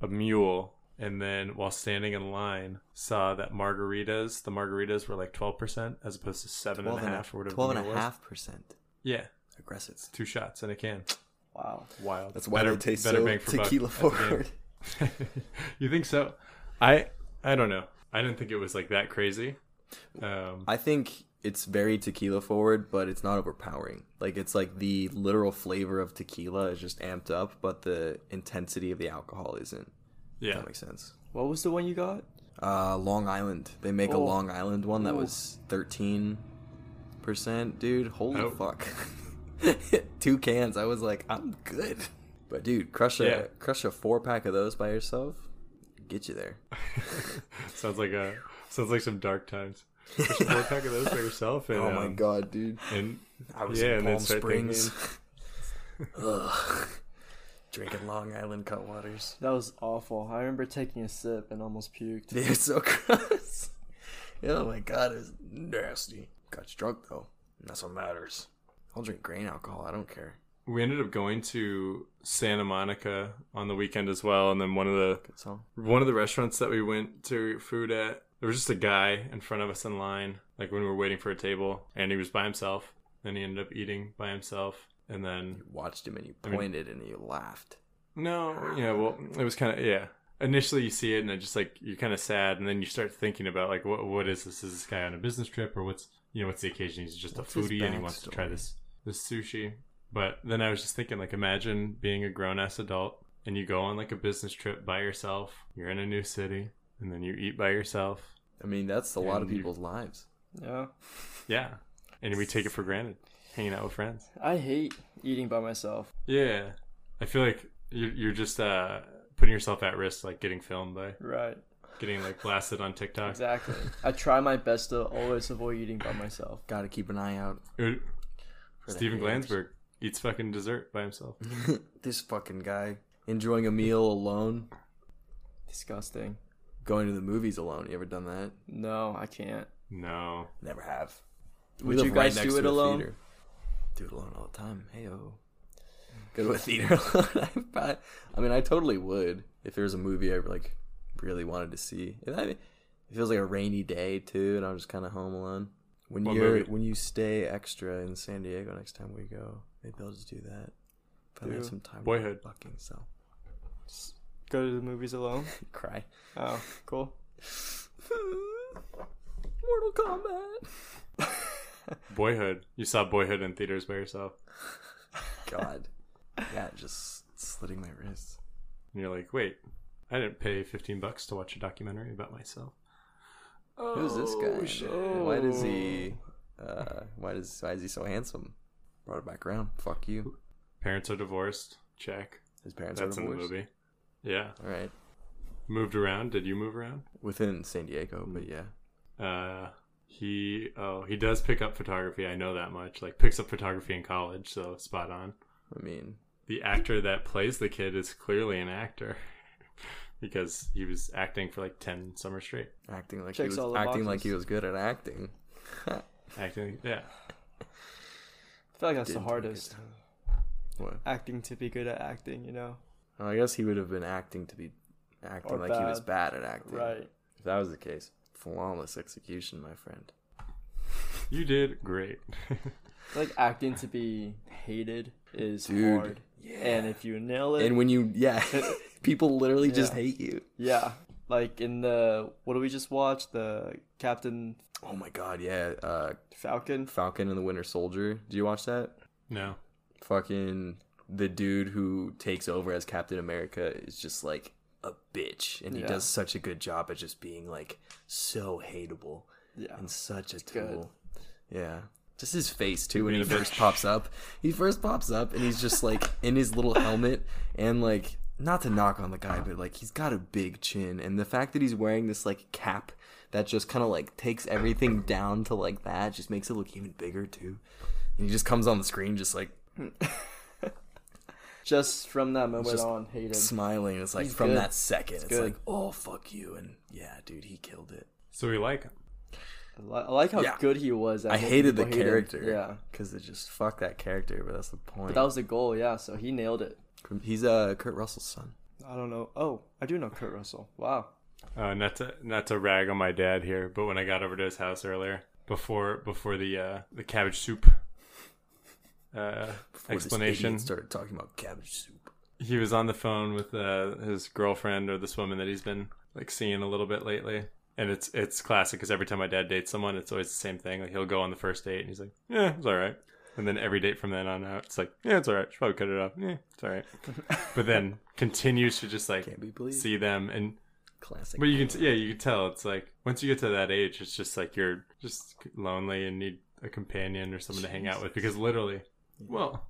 S2: a mule, and then while standing in line, saw that margaritas, the margaritas were like twelve percent as opposed to seven and a half or whatever.
S3: Twelve
S2: the
S3: and a
S2: mule was.
S3: half percent
S2: Yeah,
S3: aggressive.
S2: two shots in a can.
S4: Wow.
S2: Wild.
S3: That's why
S2: Better-
S3: they taste
S2: better
S3: so
S2: bang for buck
S3: tequila
S2: at the game.
S3: forward.
S2: you think so? I I don't know. I didn't think it was like that crazy. Um,
S3: I think it's very tequila forward, but it's not overpowering. Like it's like the literal flavor of tequila is just amped up, but the intensity of the alcohol isn't. If
S2: yeah,
S3: That makes sense.
S4: What was the one you got?
S3: Uh, Long Island. They make a
S4: Oh.
S3: Long Island one that
S4: Ooh.
S3: was thirteen percent. Dude, holy
S2: Oh.
S3: fuck! Two cans. I was like, I'm good. But dude, crush a
S2: Yeah.
S3: crush a four pack of those by yourself. Get you there.
S2: sounds like a sounds like some dark times. Push a four pack of those by yourself, and
S3: Oh my
S2: um,
S3: god, dude.
S2: and
S3: I was
S2: Yeah,
S3: in
S2: and then
S3: Palm
S2: start thinking-
S3: Springs. Ugh. Drinking Long Island cut waters.
S4: That was awful. I remember taking a sip and almost puked.
S3: They're so gross. oh my god, it's nasty. Got you drunk though. and That's what matters. I'll drink grain alcohol. I don't care.
S2: we ended up going to Santa Monica on the weekend as well, and then one of the
S3: Good song.
S2: one of the restaurants that we went to get food at there was just a guy in front of us in line like when we were waiting for a table and he was by himself and he ended up eating by himself and then
S3: You watched him and you
S2: mean-
S3: pointed and you laughed.
S2: no yeah well it was kind of yeah initially you see it and it just like you're kind of sad and then you start thinking about like what what is this is this guy on a business trip or what's you know what's the occasion he's just
S3: What's
S2: a
S3: his
S2: foodie and he wants to try
S3: backstory?
S2: this this sushi but then i was just thinking like imagine being a grown-ass adult and you go on like a business trip by yourself you're in a new city and then you eat by yourself
S3: I mean, that's a lot of
S2: And you-
S3: people's lives.
S4: Yeah.
S2: Yeah. And we take it for granted, hanging out with friends.
S4: I hate eating by myself.
S2: Yeah. I feel like you're, you're just uh, putting yourself at risk, like getting filmed by
S4: Right.
S2: getting like blasted on TikTok.
S4: Exactly. I try my best to always avoid eating by myself.
S3: Got to keep an eye out.
S2: It-
S3: for the
S2: Steven
S3: haters.
S2: Glansberg eats fucking dessert by himself.
S3: this fucking guy enjoying a meal alone,
S4: Disgusting.
S3: going to the movies alone. You ever done that?
S4: No, I can't.
S2: No.
S3: Never have.
S4: Would you guys do it alone?
S3: Do it alone all the time. Hey Go to a theater alone. I, probably, I mean, I totally would if there was a movie I like really wanted to see. And I, it feels like a rainy day too, and I'm just kind of home alone. When
S2: What
S3: you're
S2: movie?
S3: when you stay extra in San Diego next time we go, maybe I'll just do that. If I have
S4: Do
S3: some time. to
S2: Boyhood.
S3: Fucking so.
S4: Go to the movies alone.
S3: Cry.
S4: Oh, cool.
S3: Mortal Kombat.
S2: Boyhood. You saw Boyhood in theaters by yourself.
S3: God. Yeah, just slitting my wrists.
S2: And you're like, wait, I didn't pay 15 bucks to watch a documentary about myself. Oh.
S3: Who's this guy?
S2: shit.
S4: Oh,
S3: Why does he? Uh, why does why is he so handsome? Brought it back around. Fuck you.
S2: Parents are divorced. Check.
S3: His parents
S2: That's
S3: are
S2: in the
S3: divorced.
S2: movie. Yeah.
S3: All right,
S2: Moved around. Did you move around?
S3: within San Diego, but
S4: Hmm.
S3: yeah,
S2: Uh, he oh he does pick up photography. I know that much. Like picks up photography in college, so spot on.
S3: I mean,
S2: The actor that plays the kid is clearly an actor because he was acting for like ten summers straight.
S3: acting like
S4: Checks
S3: he
S4: all
S3: was
S4: the
S3: acting like
S4: boxes.
S3: he was good at acting.
S2: Acting, yeah,
S4: I feel like that's the
S3: Didn't take
S4: hardest.
S3: What?
S4: Acting to be good at acting, you know?
S3: Well, I guess he would have been acting to be acting
S4: Or
S3: like he was bad at acting.
S4: Right.
S3: If that was the case, flawless execution, my friend.
S2: you did great.
S4: Like acting to be hated is
S3: Dude,
S4: hard. And if you nail it,
S3: And when you yeah, people literally just
S4: Yeah.
S3: hate you.
S4: yeah. Like in the what do we just watch? The Captain
S3: Oh my god, yeah. Uh,
S4: Falcon.
S3: Falcon and the Winter Soldier. Do you watch that?
S2: No,
S3: fucking the dude who takes over as Captain America is just like a bitch and he
S4: Yeah.
S3: does such a good job at just being like so hateable
S4: Yeah.
S3: and such a
S4: good.
S3: tool. Yeah. Just his face too when he
S2: Being a
S3: first
S2: bitch.
S3: pops up. He first pops up and he's just like in his little helmet and like not to knock on the guy, but like he's got a big chin and the fact that he's wearing this like cap that just kind of like takes everything down to like that just makes it look even bigger too. And he just comes on the screen just like
S4: Just from that moment
S3: just
S4: on, hated.
S3: smiling. It's like
S4: He's
S3: from
S4: good.
S3: that second, it's
S4: good.
S3: like, oh fuck you, and yeah, dude, he killed it.
S2: so we like him.
S4: I li- I like how
S3: Yeah.
S4: good he was. At
S3: I
S4: making
S3: hated the
S4: people hate him.
S3: character,
S4: Yeah.
S3: because it just fucked that character. But that's the point.
S4: But that was the goal, yeah. So he nailed it.
S3: He's uh Kurt Russell's son.
S4: I don't know. Oh, I do know Kurt Russell. Wow.
S2: Uh, not to not to rag on my dad here, but when I got over to his house earlier, before before the uh, the cabbage soup uh,
S3: Before this
S2: explanation,
S3: idiot started talking about cabbage soup.
S2: he was on the phone with uh, his girlfriend or this woman that he's been like seeing a little bit lately and it's it's classic because every time my dad dates someone it's always the same thing like he'll go on the first date and he's like yeah it's all right and then every date from then on out it's like yeah it's all right should probably cut it off yeah it's all right but then continues to just like
S3: Can't be believed.
S2: see them and
S3: Classic.
S2: but you can t- yeah you can tell it's like once you get to that age it's just like you're just lonely and need a companion or someone to hang out with because literally well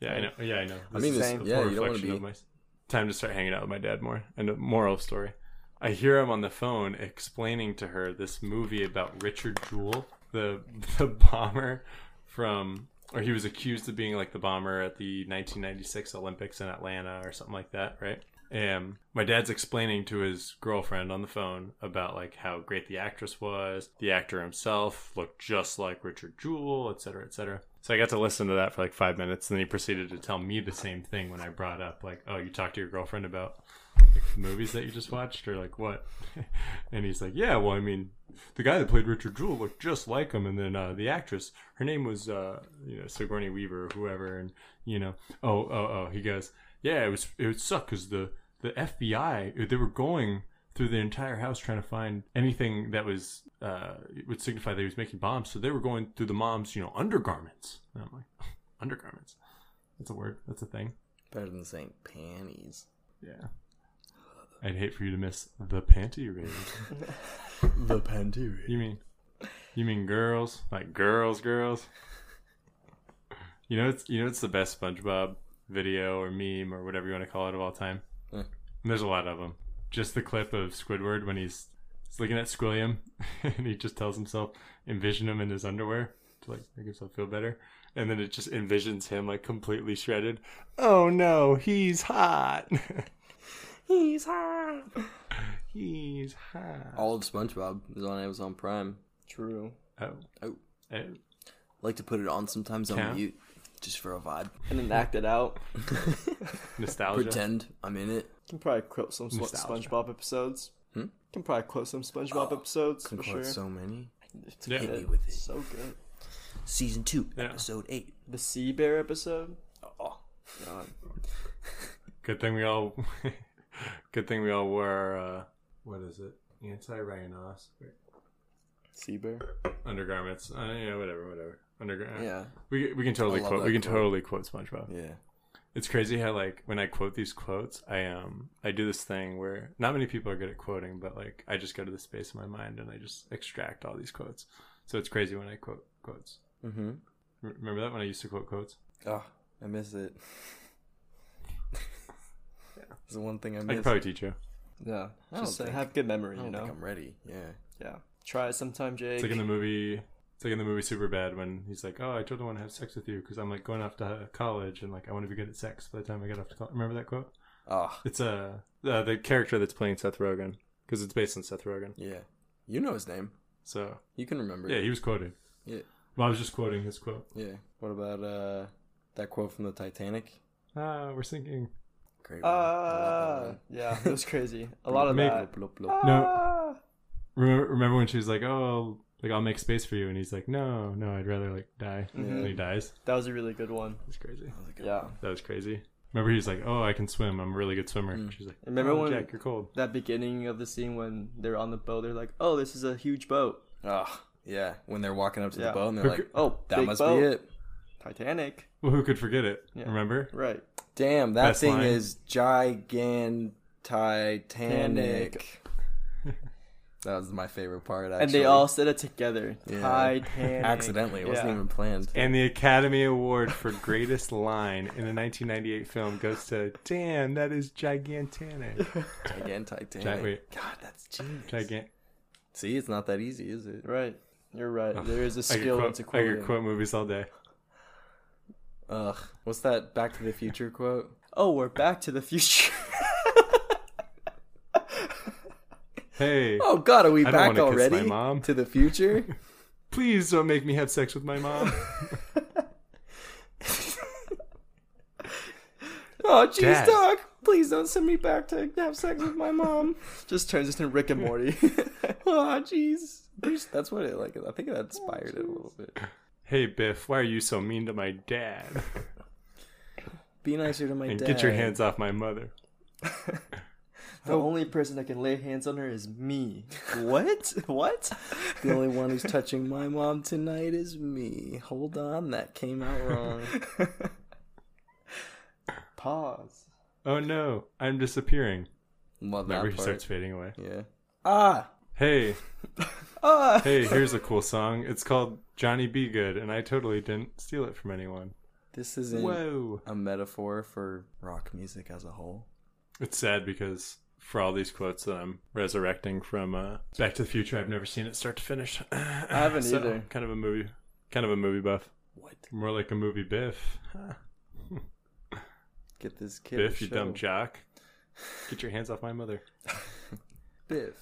S2: yeah i know yeah i know
S3: I mean,
S2: This
S3: this,
S2: is a
S3: yeah,
S2: full
S3: you don't want to
S2: reflection
S3: be.
S2: of my time to start hanging out with my dad more and a moral story i hear him on the phone explaining to her this movie about richard jewell the the bomber from or he was accused of being like the bomber at the 1996 olympics in atlanta or something like that right And my dad's explaining to his girlfriend on the phone about like how great the actress was. The actor himself looked just like Richard Jewell, et cetera, et cetera. So I got to listen to that for like five minutes, and then he proceeded to tell me the same thing when I brought up like, "Oh, you talked to your girlfriend about like, the movies that you just watched, or like what?" and he's like, "Yeah, well, I mean, the guy that played Richard Jewell looked just like him, and then uh, the actress, her name was uh, you know Sigourney Weaver or whoever, and you know, oh, oh, oh." He goes, "Yeah, it was it would suck because the the FBI they were going." Through the entire house, trying to find anything that was uh, would signify that he was making bombs. So they were going through the mom's, you know, undergarments. And I'm like, undergarments. That's a word. That's a thing.
S3: Better than saying panties.
S2: Yeah. I'd hate for you to miss the panty raid.
S3: The panty.
S2: You mean, you mean girls like girls, girls. You know, it's you know, it's the best SpongeBob video or meme or whatever you want to call it of all time.
S3: Huh.
S2: And there's a lot of them. Just the clip of Squidward when he's, he's looking at Squilliam and he just tells himself, envision him in his underwear to like make himself feel better, and then it just envisions him like completely shredded. Oh no, he's hot.
S3: He's hot.
S2: he's hot.
S3: All of SpongeBob is on Amazon Prime.
S4: True.
S2: Oh.
S3: Oh.
S2: Oh.
S3: Like to put it on sometimes on
S2: Yeah.
S3: mute, just for a vibe.
S4: And then act it out.
S2: Nostalgia.
S3: Pretend I'm in it.
S4: Can probably quote some Spo-
S2: Nostalgia.
S4: SpongeBob episodes.
S3: Hmm? Oh,
S4: Can probably quote some SpongeBob episodes
S3: Can
S4: for
S3: quote
S4: sure.
S3: so many.
S4: It's
S2: Yeah.
S4: good.
S3: Hit me with it.
S4: So good.
S3: Season two,
S2: Yeah.
S3: episode eight.
S4: The Sea Bear episode.
S3: Oh,
S4: God.
S2: Good thing we all. good thing we all wore. Uh, what is it? Anti rhinos
S4: Sea Bear.
S2: undergarments. Uh, yeah, whatever, whatever. Undergarments.
S3: yeah,
S2: We we can totally
S3: I love
S2: quote.
S3: that
S2: We can
S3: quote.
S2: totally quote SpongeBob.
S3: yeah.
S2: It's crazy how like when I quote these quotes, I um I do this thing where not many people are good at quoting, but like I just go to the space in my mind and I just extract all these quotes. So it's crazy when I quote quotes.
S3: Mm-hmm.
S2: R- Remember that when I used to quote quotes?
S3: Oh, I miss it. It's the one thing
S2: I
S3: I
S2: could
S3: miss.
S2: probably teach you.
S4: Yeah.
S3: don't
S4: Just uh,
S3: think-
S4: have good
S3: I
S4: memory,
S3: don't
S4: you know?
S3: think I'm ready. Yeah.
S4: Yeah. Try it sometime, Jake.
S2: It's like in the movie. It's like in the movie Superbad when he's like, "Oh, I totally want to have sex with you because I'm like going off to uh, college and like I want to be good at sex by the time I get off to college." Remember that quote?
S3: Oh,
S2: It's uh, uh, the character that's playing Seth Rogen because it's based on Seth Rogen.
S3: yeah. You know his name.
S2: So
S3: You can remember.
S2: yeah,
S3: it.
S2: he was quoted.
S3: Yeah.
S2: Well, I was just quoting his quote.
S3: Yeah. What about uh that quote from the Titanic?
S2: Ah, we're sinking.
S3: Great. one. I love
S4: Uh,
S3: that
S4: yeah, it was crazy. A lot of
S2: Maybe-
S4: that.
S3: one. Blop, blop, blop.
S2: No,
S4: Ah!
S2: remember, remember when she was like, "Oh, like I'll make space for you," and he's like, "No, no, I'd rather like die." And he dies.
S4: That was a really good one.
S2: It's crazy.
S3: That was a good
S4: Yeah.
S3: one.
S2: That was crazy. Remember, he's like, "Oh, I can swim. I'm a really good swimmer."
S3: Mm.
S2: She's like,
S4: Remember
S2: "Oh,
S4: when-
S2: Jack, you're cold."
S4: That beginning of the scene when they're on the boat, they're like, "Oh, this is a huge boat."
S3: Oh, yeah. When they're walking up to the
S4: Yeah.
S3: boat and they're like,
S4: Oh,
S3: "That
S4: big
S3: must
S4: boat.
S3: be it."
S4: Titanic.
S2: Well, who could forget it?
S4: Yeah.
S2: Remember?
S4: Right.
S3: Damn, that
S2: Best
S3: thing
S2: line.
S3: is gigantitanic. that was my favorite part. Actually.
S4: And they all said it together.
S3: Yeah.
S4: Titanic.
S3: accidentally. It wasn't
S4: Yeah.
S3: even planned.
S2: And the Academy Award for greatest line in a 1998 film goes to "Damn, that is gigantic."
S3: Gigantitanic.
S2: Jack- wait.
S3: God, that's genius.
S2: Gigant.
S3: See, it's not that easy, is it?
S4: Right. You're right. There is a
S2: I could,
S4: skill
S2: quote,
S4: to
S2: I could
S4: quoting.
S2: quote movies all day.
S3: Ugh. What's that Back to the Future quote?
S4: Oh, we're back to the future.
S2: Hey,
S3: Oh God, are we
S2: I don't
S3: back
S2: wanna kiss
S3: already?
S2: my mom.
S3: To the future?
S2: please don't make me have sex with my mom.
S3: oh, jeez,
S2: Dad.
S3: Doc. Please don't send me back to have sex with my mom.
S4: Just turns into Rick and Morty.
S3: oh, jeez. That's what it like. I think that inspired it a little bit.
S2: hey, Biff, why are you so mean to my dad?
S3: Be nicer to my
S2: And
S3: dad.
S2: get your hands off my mother.
S4: the only person that can lay hands on her is me. What? What?
S3: The only one who's touching my mom tonight is me. Hold on, that came out wrong.
S4: Pause.
S2: Oh no, I'm disappearing.
S3: Love
S2: Remember,
S3: that
S2: he
S3: part.
S2: starts fading away.
S3: Yeah. Ah.
S2: Hey,
S4: Ah.
S2: hey, here's a cool song. It's called Johnny Be Good, and I totally didn't steal it from anyone.
S3: This isn't
S2: Whoa.
S3: a metaphor for rock music as a whole.
S2: It's sad because for all these quotes that I'm resurrecting from uh, Back to the Future, I've never seen it start to finish. I
S4: haven't either.
S2: Kind of a movie, kind of a movie buff.
S3: What?
S2: More like a movie biff.
S3: Get this kid.
S2: Biff,
S3: a
S2: you dumb
S3: show.
S2: jock. Get your hands off my mother.
S3: Biff,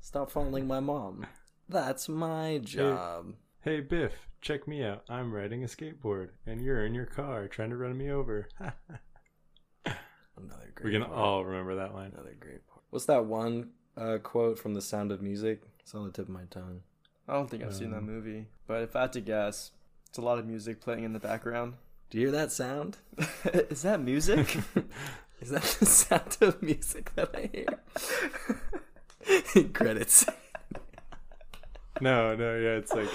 S3: stop fondling my mom. That's my job.
S2: Hey Biff, check me out. I'm riding a skateboard, and you're in your car trying to run me over.
S3: Another great.
S2: We're gonna
S3: part.
S2: all remember that line.
S3: Another great part. What's that one uh, quote from The Sound of Music? It's on the tip of my tongue.
S4: I don't think I've seen
S2: Um,
S4: that movie, but if I had to guess, it's a lot of music playing in the background.
S3: Do you hear that sound?
S4: Is that music?
S3: Is that the sound of music that I hear? Credits.
S2: No, no, yeah, it's like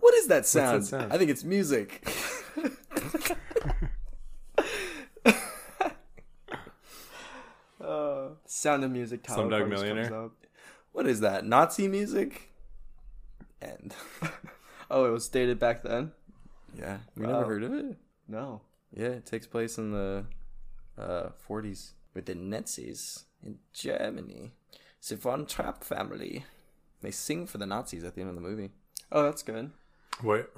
S3: What is that sound?
S2: sound?
S3: I think it's music.
S4: Sound of Music. Tyler
S2: Slumdog
S4: Parks comes
S2: Millionaire?
S4: up.
S3: what is that? Nazi music? And
S4: Oh, it was dated back then.
S3: yeah, we
S4: Wow.
S3: never heard of it.
S4: No,
S3: Yeah, it takes place in the uh, 40s with the Nazis in Germany. It's the von Trapp family. They sing for the Nazis at the end of the movie.
S4: Oh, that's good.
S2: what?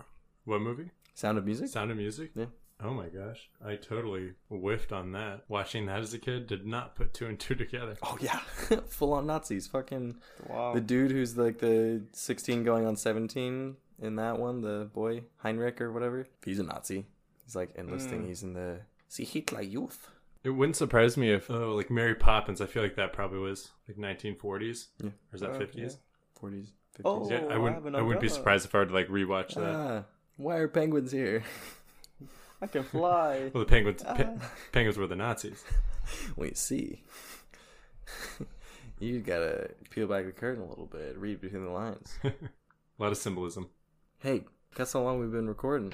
S2: What movie?
S3: Sound of Music?
S2: Sound of Music.
S3: Yeah.
S2: Oh my gosh, I totally whiffed on that. Watching that as a kid did not put two and two together.
S3: Oh yeah, full on Nazis. Fucking
S4: Wow.
S3: the dude who's like the 16 going on 17 in that one, the boy Heinrich or whatever. He's a Nazi. He's like enlisting. He's in the See Hitler Youth.
S2: It wouldn't surprise me if, oh, like Mary Poppins. I feel like that probably was like 1940s,
S3: Yeah.
S2: or is that 50s?
S3: 40s, 50s.
S4: Oh,
S2: Yeah, I
S4: I
S2: wouldn't.
S4: have an
S2: I, wouldn't be
S4: umbrella. Uh,
S2: surprised if I were to like rewatch that.
S3: Ah, why are penguins here?
S4: I can fly.
S2: well, the penguins.
S4: uh.
S2: Pe- penguins were the Nazis.
S3: Wait, see. you gotta peel back the curtain a little bit, read between the lines.
S2: A lot of symbolism.
S3: hey, guess how long we've been recording?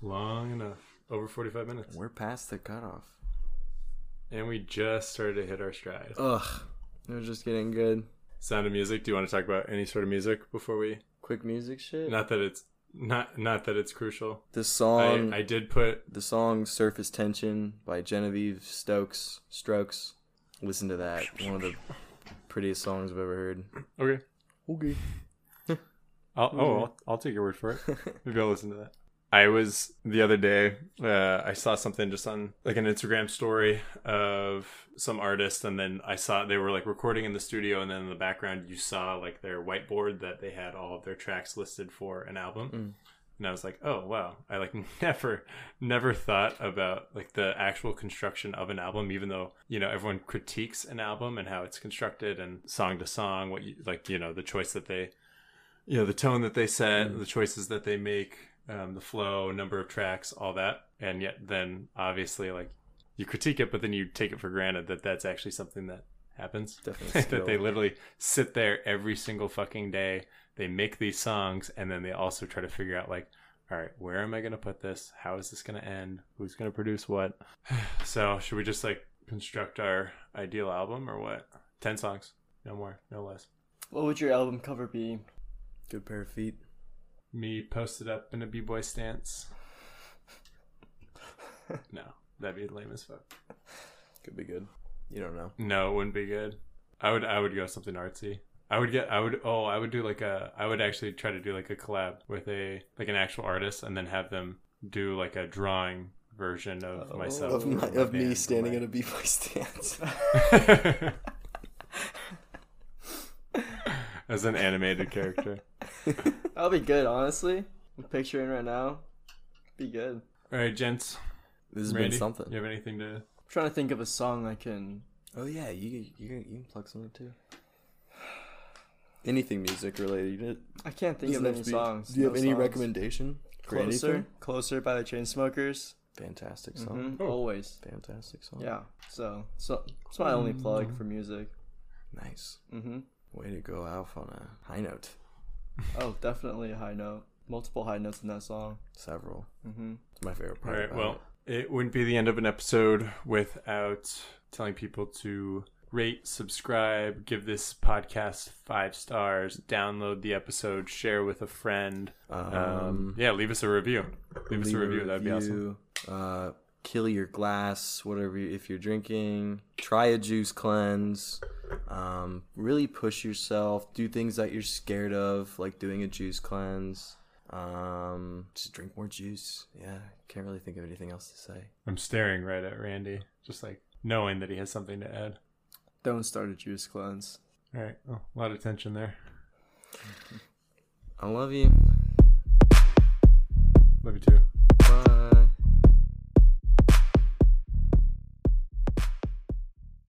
S2: Long enough. Over 45 minutes.
S3: We're past the cutoff.
S2: And we just started to hit our stride.
S3: Ugh, it was just getting good.
S2: Sound of music. Do you want to talk about any sort of music before we?
S3: Quick music shit.
S2: Not that it's not not that it's crucial.
S3: The song,
S2: I, I did put
S3: the song "Surface Tension" by Genevieve Stokes. Strokes. Listen to that. One of the prettiest songs I've ever heard.
S2: okay.
S3: Okay.
S2: I'll, oh, I'll, I'll take your word for it. Maybe I'll listen to that. I was the other day. Uh, I saw something just on like an Instagram story of some artist, and then I saw they were like recording in the studio, and then in the background you saw like their whiteboard that they had all of their tracks listed for an album. And I was like, oh wow, I like never, never thought about like the actual construction of an album, even though you know everyone critiques an album and how it's constructed and song to song, what you like, you know, the choice that they you know the tone that they set the choices that they make um, the flow number of tracks all that and yet then obviously like you critique it but then you take it for granted that that's actually something that happens
S3: Definitely
S2: that they
S3: skill.
S2: literally sit there every single fucking day they make these songs and then they also try to figure out like all right where am i going to put this how is this going to end who's going to produce what so should we just like construct our ideal album or what 10 songs no more no less
S4: What would your album cover be?
S3: Good pair of feet.
S2: me posted up in a b-boy stance. no, that'd be lame as fuck.
S3: Could be good. You don't know.
S2: No, it wouldn't be good. I would I would go something artsy. I would get I would oh I would do like a I would actually try to do like a collab with a like an actual artist and then have them do like a drawing version of myself
S3: Oh, Of, my,
S2: or Oh, my
S3: of me
S2: band or
S3: standing
S2: my-
S3: at a B-boy stance.
S2: as an animated character.
S4: That'll be good, honestly. I'm picturing right now. Be good.
S2: All
S4: I'm
S2: right, gents.
S3: This has
S2: Randy,
S3: been something.
S2: You have anything to?
S4: trying to think of a song I can.
S3: Oh yeah, you you can- you can plug something too. Anything music related? You didn't-
S4: I can't think
S3: doesn't have
S4: of
S3: to
S4: any
S3: be-
S4: songs.
S3: Do you have
S4: No
S3: any
S4: songs.
S3: recommendation? for
S4: Closer,
S3: anything?
S4: closer by the Chainsmokers.
S3: Fantastic song.
S4: Mhm,
S2: Oh.
S4: Always.
S3: Fantastic song.
S4: Yeah. So, so it's my only plug for music.
S3: Nice.
S4: hmm
S3: Way to go, Alf, on a high note.
S4: Oh, definitely a high note. Multiple high notes in that song.
S3: Several.
S4: Mm-hmm.
S3: It's my favorite
S2: All
S3: part.
S2: right.
S3: about
S2: Well, it wouldn't be the end of an episode without telling people to rate, subscribe, give this podcast five stars, download the episode, share with a friend.
S3: it. um,
S2: Um, yeah, leave us a review. Leave us a
S3: leave
S2: review. That'd be awesome.
S3: review, Uh, kill your glass, whatever you, if you're drinking. Try a juice cleanse. Um, really push yourself. Do things that you're scared of, like doing a juice cleanse. Um, just drink more juice. Yeah, can't really think of anything else to say.
S2: I'm staring right at Randy, just like knowing that he has something to add.
S4: Don't start a juice cleanse.
S2: All right, oh, a lot of tension there.
S3: I love you.
S2: Love you too.